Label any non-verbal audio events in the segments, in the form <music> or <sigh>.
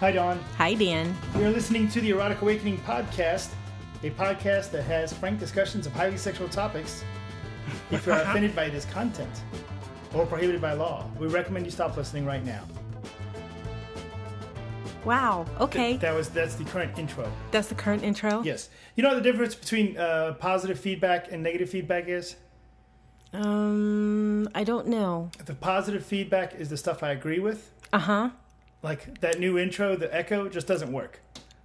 Hi, Don. Hi, Dan. You're listening to the Erotic Awakening podcast, a podcast that has frank discussions of highly sexual topics. If you're offended by this content or prohibited by law, we recommend you stop listening right now. Wow. Okay. That was that's the current intro. That's the current intro? Yes. You know what the difference between uh, positive feedback and negative feedback is? Um, I don't know. The positive feedback is the stuff I agree with. Uh huh. Like that new intro, the echo just doesn't work.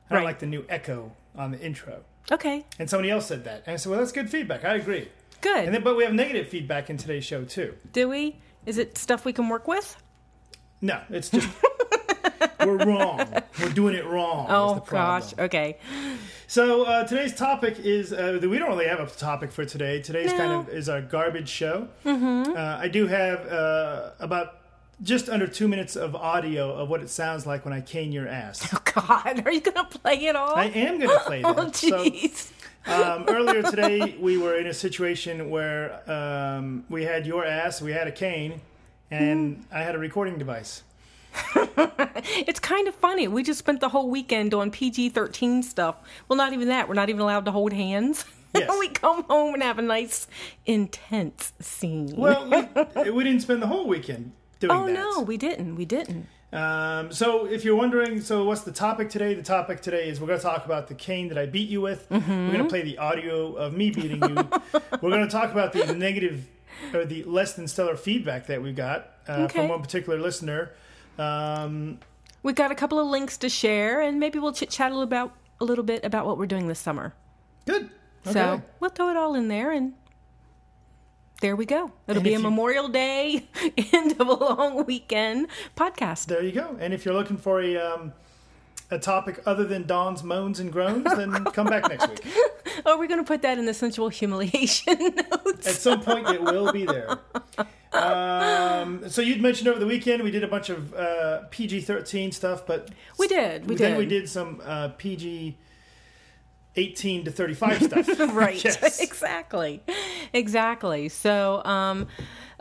I don't Right. like the new echo on the intro. Okay. And somebody else said that, and I said, "Well, that's good feedback. I agree." Good. And then, but we have negative feedback in today's show too. Do we? Is it stuff we can work with? No, it's just <laughs> we're wrong. We're doing it wrong. is the Oh, problem. gosh. Okay. <laughs> So uh, today's topic is uh, we don't really have a topic for today. Today's No. kind of is our garbage show. Mm-hmm. Uh, I do have uh, about just under two minutes of audio of what it sounds like when I cane your ass. Oh, God. Are you going to play it all? I am going to play that. <laughs> oh, So, jeez. um, earlier today, we were in a situation where um, we had your ass, we had a cane, and Mm-hmm. I had a recording device. It's kind of funny. We just spent the whole weekend on PG 13 stuff. Well, not even that. We're not even allowed to hold hands. <laughs> Yes. we come home and have a nice, intense scene. Well, <laughs> we, we didn't spend the whole weekend doing oh, that. no. We didn't. We didn't. Um, so, if you're wondering, so what's the topic today? The topic today is we're going to talk about the cane that I beat you with. We're Mm-hmm. going to play the audio of me beating <laughs> you. we're going to talk about the negative or the less than stellar feedback that we got uh, Okay. from one particular listener. Um, We've got a couple of links to share, and maybe we'll chit chat a little about a little bit about what we're doing this summer. good. So we'll throw it all in there, and there we go. It'll And be if a you- Memorial Day <laughs> end of a long weekend podcast. There you go. And if you're looking for a um, a topic other than Don's moans and groans, then come back next week. Oh, we're going to put that in the sensual humiliation <laughs> notes. At some point, it will be there. Um, so you'd mentioned over the weekend we did a bunch of uh, PG thirteen stuff, but We did. We then did. we did some uh, PG eighteen to thirty five stuff. <laughs> right Yes. exactly exactly so um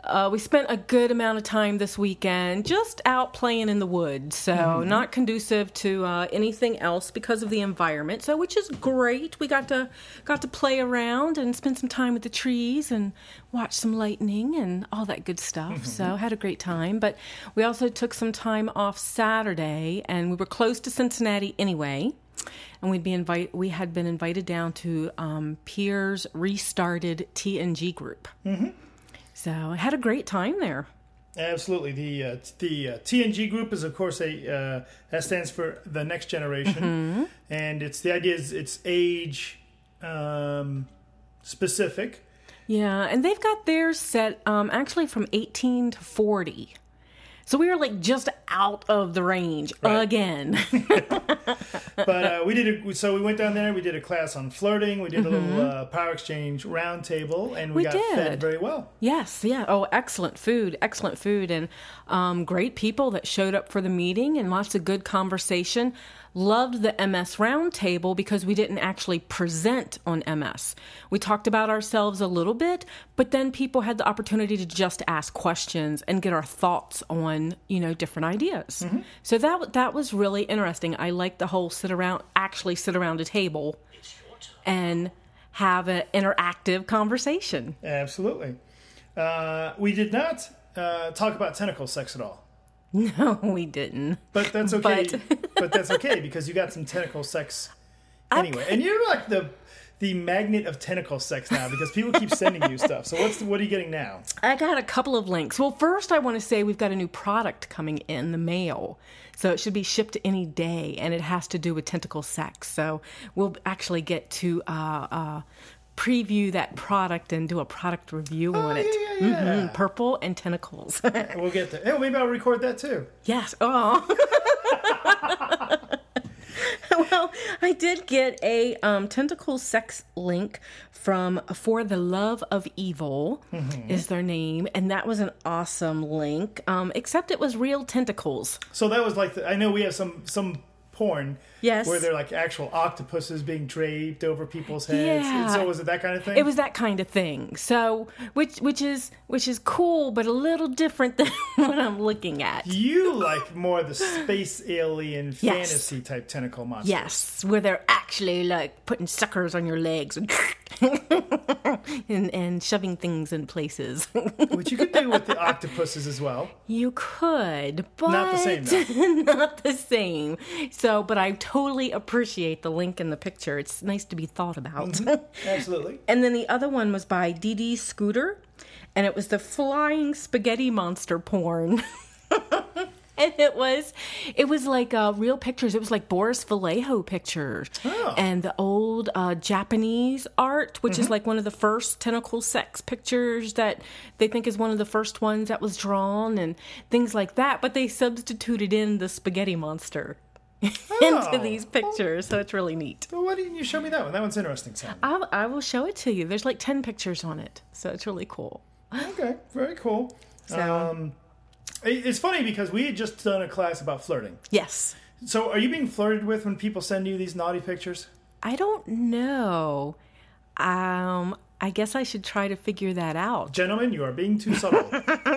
uh, we spent a good amount of time this weekend just out playing in the woods so not conducive to uh, anything else because of the environment so which is great we got to got to play around and spend some time with the trees and watch some lightning and all that good stuff so had a great time but we also took some time off saturday and we were close to cincinnati anyway and we'd be invite we had been invited down to um, Pier's restarted TNG group. Mm-hmm. So I had a great time there. Absolutely. The uh, t- the uh, TNG group is, of course, a uh, that stands for the next generation, Mm-hmm. and it's the idea is it's age um, specific. Yeah, and they've got theirs set um, actually from 18 to 40. So we were like just out of the range Right. again. <laughs> But uh, we did a, so we went down there. We did a class on flirting. We did a little uh, power exchange roundtable, and we, We got fed did. very well. Yes, yeah. Oh, excellent food, excellent food, and um, great people that showed up for the meeting and lots of good conversation. Loved the MS roundtable because we didn't actually present on MS. We talked about ourselves a little bit, but then people had the opportunity to just ask questions and get our thoughts on you know different ideas. So that w- that was really interesting. I liked the whole sit around, actually sit around a table, and have an interactive conversation. Absolutely. Uh, we did not uh, talk about tentacle sex at all, No, <laughs> we didn't. but <laughs> that's okay. But, that's okay because you got some tentacle sex anyway, and you're like the the magnet of tentacle sex now because people keep sending you stuff. So what's what are you getting now? I got a couple of links. Well, first, I want to say we've got a new product coming in the mail. So it should be shipped any day, and it has to do with tentacle sex. So we'll actually get to uh, uh, preview that product and do a product review on Yeah, it. Oh, Mm-hmm. yeah, yeah. Purple and tentacles. We'll get there. Hey, maybe I'll record that too. Yes. Oh. <laughs> well, I did get a um, tentacle sex link from For the Love of Evil is their name, and that was an awesome link. Um, except it was real tentacles. So that was like the, I know we have some some porn. Yes. Where they're like actual octopuses being draped over people's heads. And Yeah. so was it that kind of thing? It was that kind of thing. So, which which is which is cool, but a little different <laughs> than what I'm looking at. you like more the space alien Yes. fantasy type tentacle monster. Yes, where they're actually like putting suckers on your legs <laughs> and and shoving things in places. Which you could do with the octopuses as well. You could, but Not the same, <laughs> not the same. So, but I totally appreciate the link in the picture. It's nice to be thought about. <laughs> Absolutely. and then the other one was by DD Scooter, and it was the flying spaghetti monster porn. <laughs> and it was it was like uh, real pictures it was like boris vallejo pictures and the old uh, japanese art which is like one of the first tentacle sex pictures that they think is one of the first ones that was drawn and things like that but they substituted in the spaghetti monster <laughs> Oh. into these pictures so it's really neat Well, why didn't you show me that one? That one's interesting, Sam. I, I will show it to you there's like 10 pictures on it so it's really cool Okay, very cool. so Um, It- It's funny because we had just done a class about flirting. yes So, are you being flirted with when people send you these naughty pictures? I don't know. Um, I guess I should try to figure that out. <laughs> Gentlemen, you are being too subtle.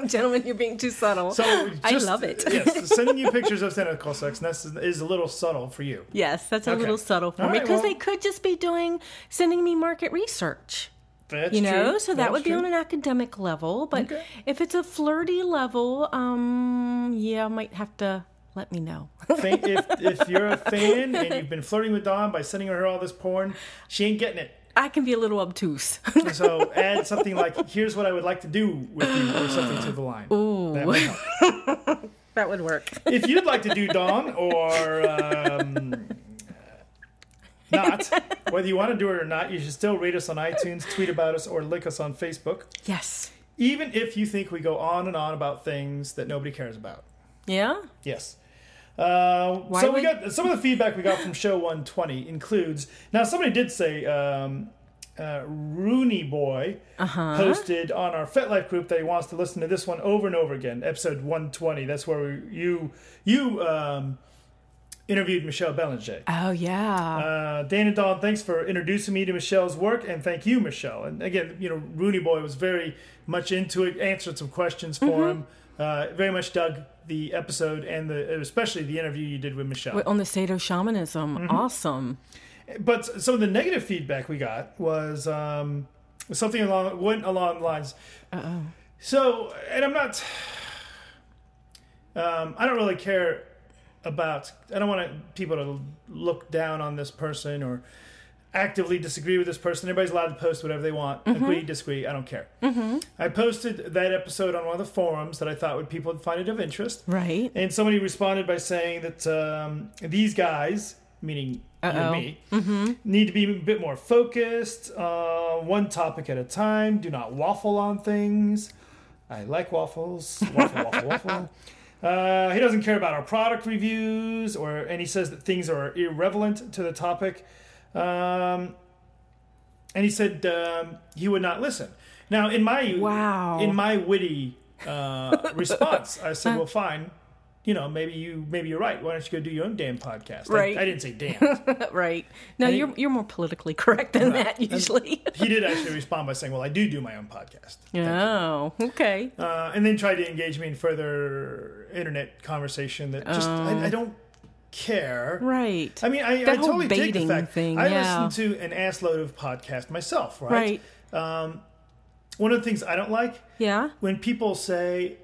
Gentlemen, you're being too subtle. So <laughs> I just- love it. <laughs> yes, sending you pictures of tentacle sex and that's, is a little subtle for you. Yes, that's a Okay. little subtle for All me right, because well- they could just be doing sending me market research. That's You know, true. so that That's would be true. on an academic level, but Okay. if it's a flirty level, um, yeah, I might have to let me know. Fan- if, if you're a fan and you've been flirting with Dawn by sending her all this porn, she ain't getting it. I can be a little obtuse. <laughs> So add something like, "Here's what I would like to do with you," or something to the line. Ooh. That would help. that would work. if you'd like to do Dawn or um, not, whether you want to do it or not, you should still rate us on iTunes, tweet about us, or like us on Facebook, Yes. even if you think we go on and on about things that nobody cares about. Yeah. Yes. Uh, Why so we would- got some of the feedback we got from show 120 includes now somebody did say um, uh, Rooney Boy Uh-huh. posted on our FetLife group that he wants to listen to this one over and over again, episode 120. That's where we, you you um, interviewed Michelle Bellinger. Oh yeah. Uh, Dan and Dawn, thanks for introducing me to Michelle's work, and thank you, Michelle. And again, you know, Rooney Boy was very much into it, answered some questions for him. Uh, very much dug the episode and the especially the interview you did with Michelle. on the Sado shamanism. Mm-hmm. Awesome. but s- some of the negative feedback we got was um, something along went along the lines. So, and I'm not. Um, I don't really care about. I don't want people to look down on this person or actively disagree with this person. Everybody's allowed to post whatever they want. Agree, disagree. I don't care. I posted that episode on one of the forums that I thought would people would find it of interest. Right. And somebody responded by saying that um, these guys, meaning you Uh-oh. Mm-hmm. and me, need to be a bit more focused, uh, one topic at a time. Do not waffle on things. I like waffles. Waffle, <laughs> waffle, waffle. Uh, he doesn't care about our product reviews, or and he says that things are irrelevant to the topic. Um, and he said um, he would not listen. Now, in my Wow. in my witty uh, response, I Uh. said, "Well, fine. You know, maybe you maybe you're right. Why don't you go do your own damn podcast?" I- Right. I, didn't say damn. <laughs> Right. No, think- you're you're more politically correct than <laughs> that usually. he did actually respond by saying, "Well, I do do my own podcast." Oh, okay. Uh, and then tried to engage me in further internet conversation that just I, I don't care. Uh. Right. I mean, I, I That whole totally dig the baiting fact. thing, I yeah. listen to an assload of podcast myself, right? right. One of the things I don't like Yeah. when people say,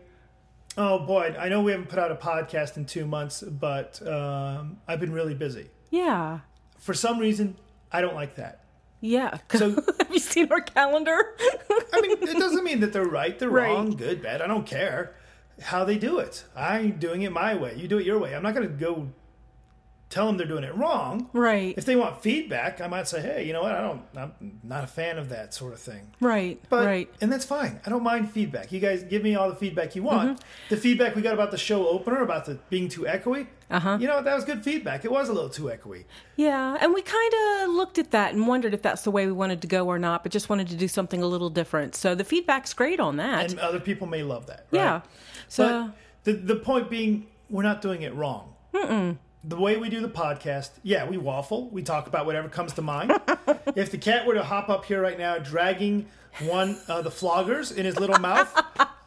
"Oh boy, I know we haven't put out a podcast in two months, but um, I've been really busy." Yeah. For some reason, I don't like that. Yeah. <laughs> So- have you seen our calendar? <laughs> I mean, it doesn't mean that they're right, they're Right. wrong, good, bad. I don't care how they do it. I'm doing it my way. You do it your way. I'm not going to go tell them they're doing it wrong. right. If they want feedback, I might say, "Hey, you know what? I don't. I'm not a fan of that sort of thing." right. But, right. And that's fine. I don't mind feedback. You guys give me all the feedback you want. Mm-hmm. The feedback we got about the show opener, about the being too echoey. Uh-huh. You know what? That was good feedback. It was a little too echoey. Yeah. And we kind of looked at that and wondered if that's the way we wanted to go or not, but just wanted to do something a little different. So the feedback's great on that. And other people may love that. Right? yeah. So But the, the point being, we're not doing it wrong. the way we do the podcast, yeah, we waffle. We talk about whatever comes to <laughs> mind. if the cat were to hop up here right now, dragging one uh, the floggers in his little mouth,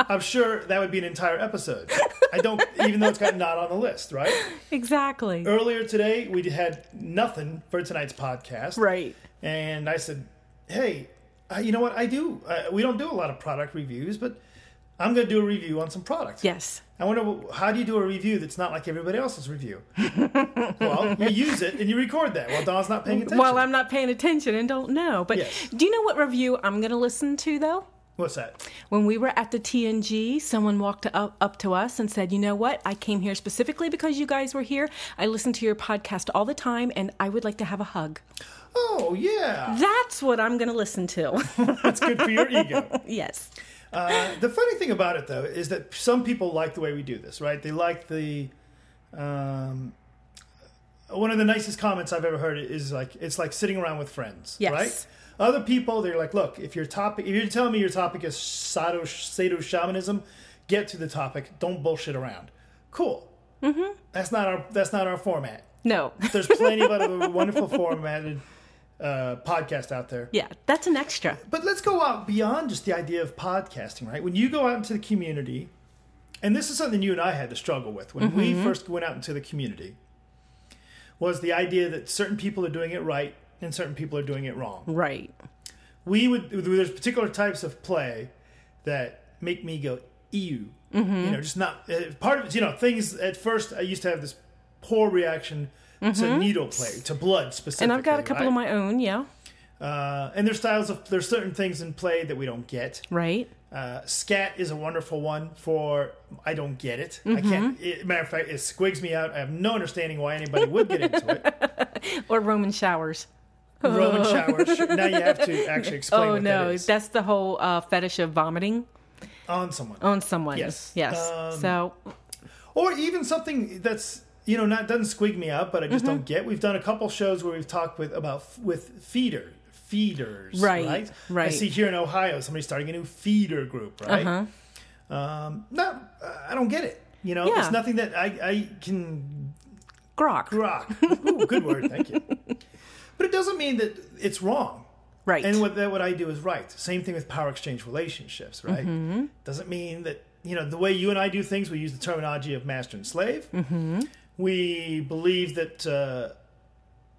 I'm sure that would be an entire episode. I don't, even though it's got not on the list, right? Exactly. Earlier today, we had nothing for tonight's podcast, Right. and I said, "Hey, uh, you know what? I do. Uh, we don't do a lot of product reviews, but I'm going to do a review on some products. Yes. I wonder wh- how do you do a review that's not like everybody else's review? well, you use it and you record that while Don's not paying attention. While I'm not paying attention and don't know. But Yes. do you know what review I'm going to listen to, though? What's that? When we were at the TNG, someone walked up, up to us and said, You know what? I came here specifically because you guys were here. I listen to your podcast all the time, and I would like to have a hug. Oh yeah, That's what I'm going to listen to. <laughs> that's good for your ego. yes. Uh, the funny thing about it though is that some people like the way we do this, right? They like the. Um, one of the nicest comments I've ever heard is like it's like sitting around with friends, Yes. right? Other people they're like, look, if your topic, if you're telling me your topic is sado, sado shamanism, get to the topic. Don't bullshit around. Cool. Mm-hmm. That's not our that's not our format. No. <laughs> There's plenty of other wonderful formatted uh, podcasts out there. Yeah, that's an extra. But let's go out beyond just the idea of podcasting, right? When you go out into the community, and this is something you and I had to struggle with when Mm-hmm. we first went out into the community, was the idea that certain people are doing it right and certain people are doing it wrong. Right. We would there's particular types of play that make me go ew, Mm-hmm. you know, just not uh, part of it. You know, things at first I used to have this poor reaction to needle play, to blood specifically, Mm-hmm. And I've got a couple right? of my own, yeah. Uh, and there's styles of there's certain things in play that we don't get. Right. Uh, scat is a wonderful one for I don't get it. I Mm-hmm. can't. It, matter of fact, it squigs me out. I have no understanding why anybody would get into <laughs> it. Or Roman showers. Roman showers. Now you have to <laughs> actually explain Oh what no, that is that's the whole uh, fetish of vomiting on someone, on someone. Yes. Yes. Um, so or even something that's you know not doesn't squig me out, but I Mm-hmm. just don't get. We've done a couple shows where we've talked with about f- with feeder feeders, Right, Right. I right. see here in Ohio somebody's starting a new feeder group, right? uh-huh. Um, no, I don't get it. You know, Yeah. it's nothing that I, I can grok. Rock. Ooh, good word. Thank you. But it doesn't mean that it's wrong. Right. And what, that what I do is right. Same thing with power exchange relationships, right? Doesn't mean that, you know, the way you and I do things, we use the terminology of master and slave. We believe that uh,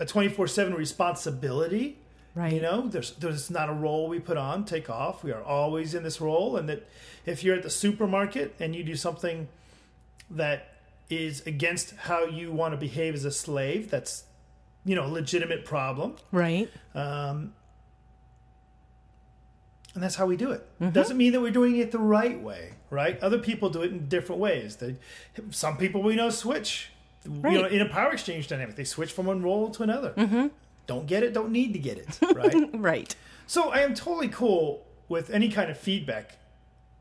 a 24 7 responsibility, right. you know, there's, there's not a role we put on, take off. We are always in this role. And that if you're at the supermarket and you do something that is against how you want to behave as a slave, that's, you know, a legitimate problem. Right. Um, and that's how we do it. Doesn't mean that we're doing it the right way, right? Other people do it in different ways. They, some people we know switch. You know, Right. in a power exchange dynamic, they switch from one role to another. Don't get it, don't need to get it, <laughs> right? Right. so I am totally cool with any kind of feedback,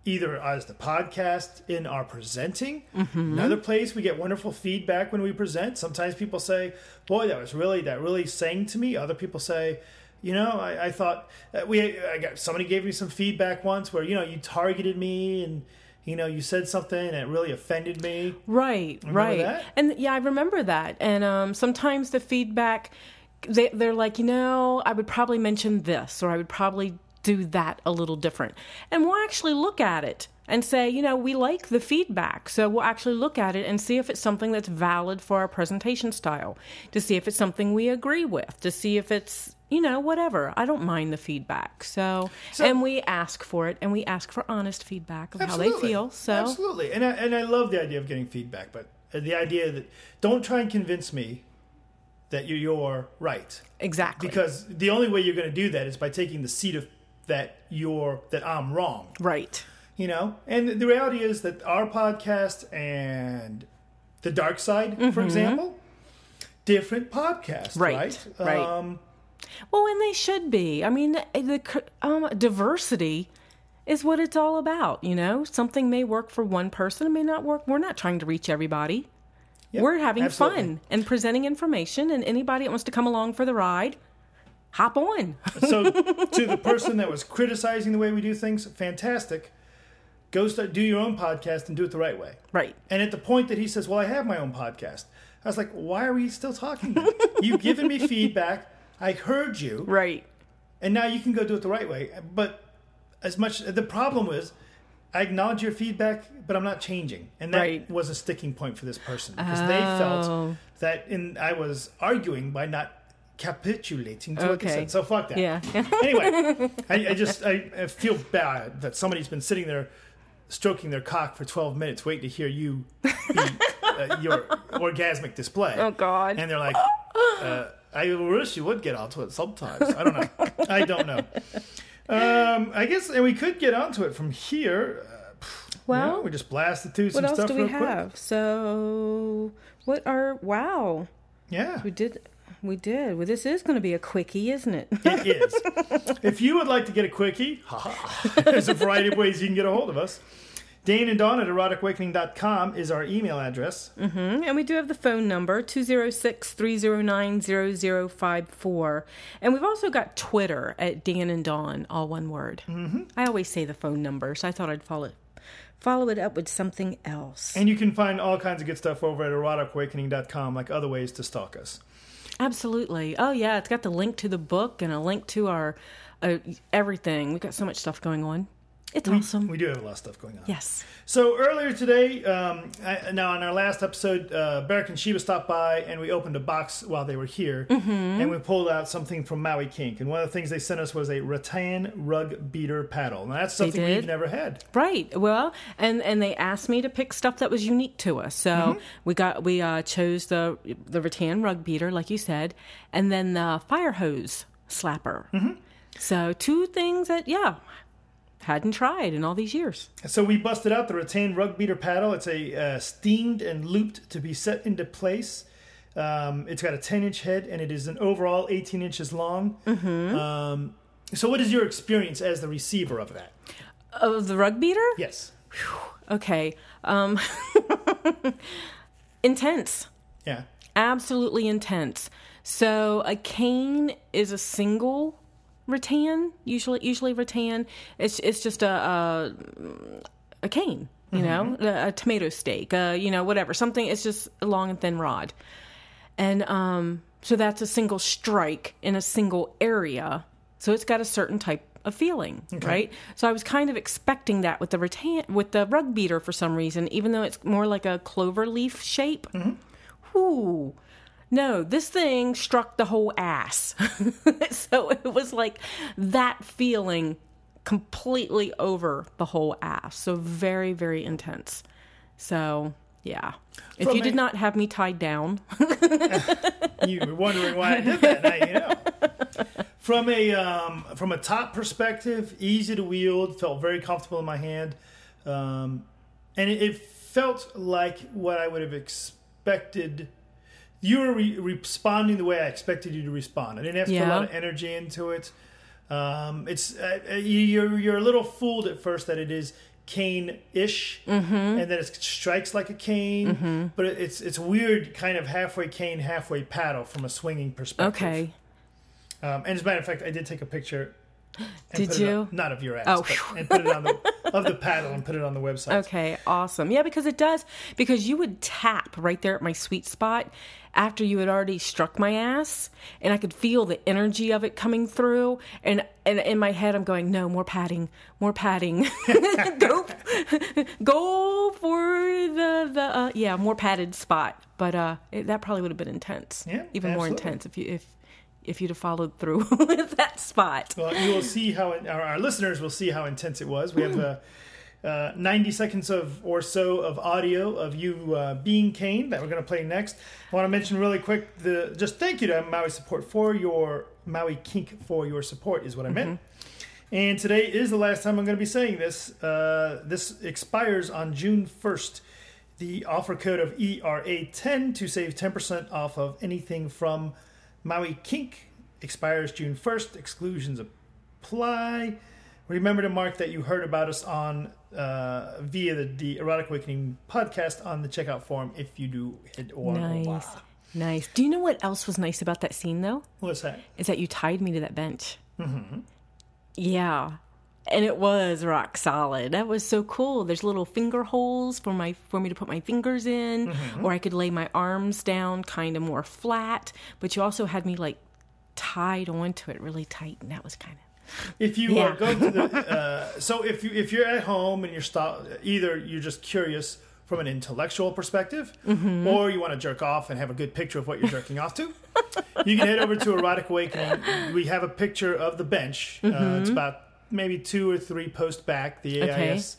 either as the podcast, in our presenting. Another place we get wonderful feedback when we present. Sometimes people say, "Boy, that was really that really sang to me." Other people say. You know, I, I thought uh, we. I got somebody gave me some feedback once where you know you targeted me and you know you said something and it really offended me. Right. right. that? And yeah, I remember that. And um, sometimes the feedback they they're like, you know, I would probably mention this or I would probably do that a little different. And we'll actually look at it and say, you know, we like the feedback. So we'll actually look at it and see if it's something that's valid for our presentation style, to see if it's something we agree with, to see if it's you know, whatever. I don't mind the feedback. So, and we ask for it and we ask for honest feedback of how they Absolutely. feel. So, absolutely, and I, and I love the idea of getting feedback, but uh, the idea that don't try and convince me that you're, you're right exactly. because the only way you're going to do that is by taking the seat of that you're that I'm wrong, right. you know. And the reality is that our podcast and the Dark Side, for example, different podcasts, Mm-hmm. Right, right? right. Um, Well, and they should be. I mean, the, the um, diversity is what it's all about. You know, something may work for one person, it may not work. We're not trying to reach everybody. yeah, We're having absolutely. fun and presenting information, and anybody that wants to come along for the ride, <laughs> hop on. So, to the person that was criticizing the way we do things, fantastic. Go start do your own podcast and do it the right way. right. And at the point that he says, "Well, I have my own podcast," I was like, why are we still talking? then? You've given me feedback. I heard you. Right. and now you can go do it the right way. But as much the problem was, I acknowledge your feedback, but I'm not changing, and that Right. was a sticking point for this person because they felt Oh. that in I was arguing by not capitulating to what they Okay. said. So fuck that. Yeah. <laughs> Anyway, I, I just I, I feel bad that somebody's been sitting there stroking their cock for 12 minutes waiting to hear you be, uh, your orgasmic display Oh, God. and they're like, uh, I wish you would get onto it sometimes. I don't know. I don't know. Um, I guess, and we could get onto it from here. Uh, pff, Well, no, we just blasted through What some else stuff do we real quick. have? So, what are wow? Yeah, We did, we did. Well, this is going to be a quickie, isn't it? it is. if you would like to get a quickie, haha, there's a variety of ways you can get a hold of us. Dane and Dawn at eroticawakening.com is our email address. And we do have the phone number 206 309 0054. And we've also got Twitter at Dan and Dawn, all one word. Mm-hmm. I always say the phone number, so I thought I'd follow, follow it up with something else. And you can find all kinds of good stuff over at eroticawakening.com, like other ways to stalk us. Absolutely. Oh, yeah. It's got the link to the book and a link to our uh, everything. We've got so much stuff going on. It's awesome. We do have a lot of stuff going on. yes. So earlier today, um, I, now in our last episode, uh, Beric and Sheba stopped by and we opened a box while they were here, and we pulled out something from Maui Kink. And one of the things they sent us was a rattan rug beater paddle. Now that's something did? we've never had. Right. Well, and and they asked me to pick stuff that was unique to us. So we got we uh, chose the the rattan rug beater, like you said, and then the fire hose slapper. So two things that yeah hadn't tried in all these years. So we busted out the rattan rug beater paddle. It's a uh, steamed and looped to be set into place. Um, it's got a 10 inch head and it is an overall 18 inches long. Mm-hmm. Um, so what is your experience as the receiver of that? Oh, the rug beater. Yes. Okay. Um, <laughs> intense. Yeah. absolutely intense. So a cane is a single rattan, usually usually rattan. It's it's just a a, a cane, you know, a, a tomato stake, uh, you know, whatever. Something. It's just a long and thin rod, and um, so that's a single strike in a single area. So it's got a certain type of feeling, right? So I was kind of expecting that with the rattan with the rug beater for some reason, even though it's more like a clover leaf shape. Mm-hmm. Ooh. No, this thing struck the whole ass. <laughs> so it was like that feeling completely over the whole ass. So very, very intense. So, yeah. If From you did a- not have me tied down, you were wondering why I did that. Now you know. From a um, from a top perspective, easy to wield, felt very comfortable in my hand, um, and it, it felt like what I would have expected. You were re- responding the way I expected you to respond. I didn't have to put a Yeah. lot of energy into it. Um, it's uh, uh, you- you're you're a little fooled at first that it is cane ish, Mm-hmm. and that it strikes like a cane, but it, it's it's weird, kind of halfway cane, halfway paddle from a swinging perspective. okay. Um, and as a matter of fact, I did take a picture. and Did put it on- you? not of your ass, Oh, but- <laughs> and put it on the of the paddle and put it on the website. Okay, awesome. Yeah, because it does, because you would tap right there at my sweet spot after you had already struck my ass, and I could feel the energy of it coming through. And, and in my head, I'm going, no, more padding, more padding. <laughs> go, <laughs> go for the, the uh, yeah, more padded spot. But uh, it, that probably would have been intense. Yeah, Even more absolutely. intense if you, if, if you'd have followed through <laughs> with that spot. <laughs> Well, you will see how our, our listeners will see how intense it was. We have uh, uh, 90 seconds of or so of audio of you uh, being Kane that we're going to play next. I want to mention really quick the just thank you to Maui Support for your Maui Kink for your support is what I meant. And today is the last time I'm going to be saying this. Uh, this expires on June 1st. The offer code of E ERA10 to save 10% off of anything from Maui Kink expires June 1st. Exclusions apply. Remember to mark that you heard about us on uh, via the, the Erotic Awakening podcast on the checkout form if you do hit or Nice. Nice. Do you know what else was nice about that scene, though? What's that? is that you tied me to that bench. Yeah. and it was rock solid. That was so cool. There's little finger holes for my for me to put my fingers in, or I could lay my arms down kind of more flat. But you also had me like tied onto it really tight, and that was kind of If you uh, Yeah. go to the <laughs> uh, so if you if you're at home and you're stop either you're just curious from an intellectual perspective, Mm-hmm. or you want to jerk off and have a good picture of what you're jerking off to, you can head over to Erotic Awakening. We have a picture of the bench. Uh, it's about maybe two or three post back. The Mm-hmm. Okay. AIS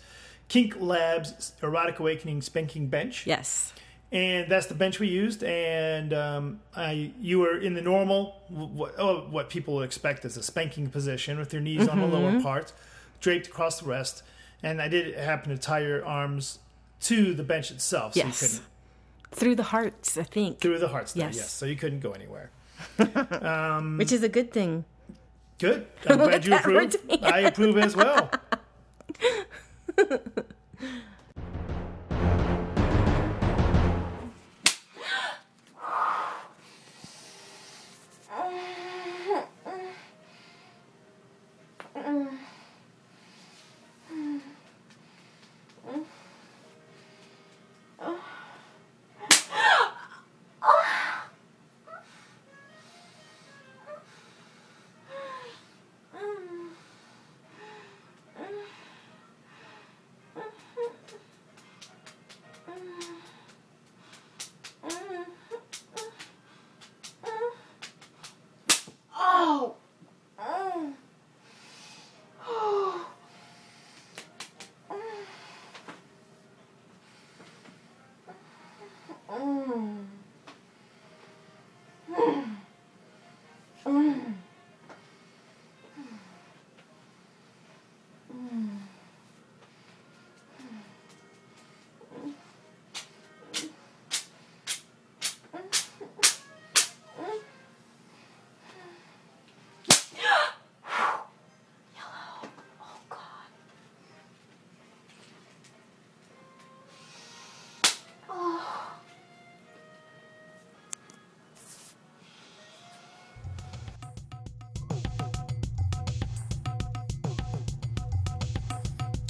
Kink Labs Erotic Awakening Spanking Bench. yes. and that's the bench we used. And um, I, you were in the normal, what, oh, what people would expect as a spanking position, with your knees on the lower Mm-hmm. part, draped across the rest. And I did happen to tie your arms to the bench itself, so Yes. you couldn't Through the hearts, I think, through the hearts. Yes. Yes. yes, so you couldn't go anywhere. which is a good thing. Good. <laughs> I'm glad you that approve. routine. I approve as well. Oh.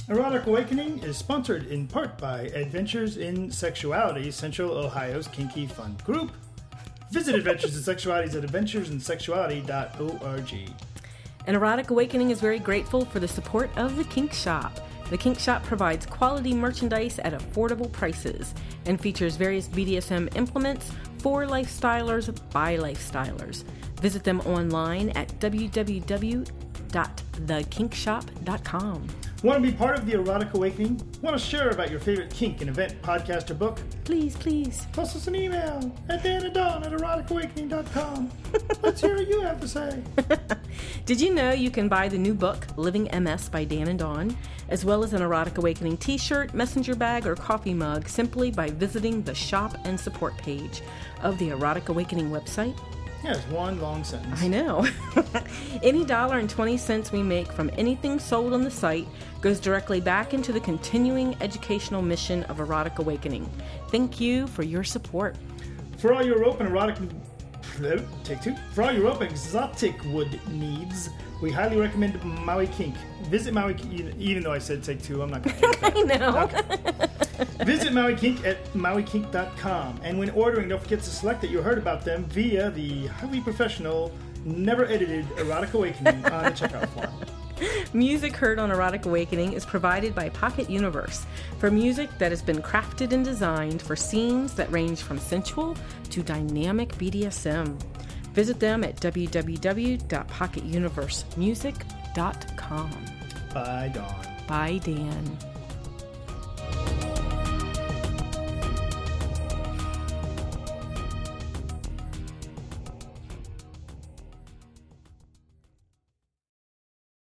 Erotic Awakening is sponsored in part by Adventures in Sexuality, Central Ohio's kinky fun group. Visit Adventures in Sexuality at adventuresinsexuality.org. And Erotic Awakening is very grateful for the support of The Kink Shop. The Kink Shop provides quality merchandise at affordable prices and features various BDSM implements for lifestylers by lifestylers. Visit them online at www.thekinkshop.com. Want to be part of the Erotic Awakening? Want to share about your favorite kink, an event, podcast, or book? Please, please. Post us an email at danadawn at eroticawakening.com. Let's hear what you have to say. Did you know you can buy the new book, Living MS by Dan and Dawn, as well as an Erotic Awakening t shirt, messenger bag, or coffee mug simply by visiting the shop and support page of the Erotic Awakening website? Here's one long sentence. I know. <laughs> any dollar and 20 cents we make from anything sold on the site goes directly back into the continuing educational mission of Erotic Awakening. Thank you for your support. <laughs> For all your open erotic, take two. For all your open exotic wood needs, we highly recommend Maui Kink. Visit Maui, Kink- even though I said take two, I'm not going to. I know. Visit Maui Kink at mauikink.com, and when ordering, don't forget to select that you heard about them via the highly professional, never edited Erotic Awakening on the checkout form. Music heard on Erotic Awakening is provided by Pocket Universe for music that has been crafted and designed for scenes that range from sensual to dynamic BDSM. Visit them at www.pocketuniversemusic.com. Bye, Dawn. Bye, Dan.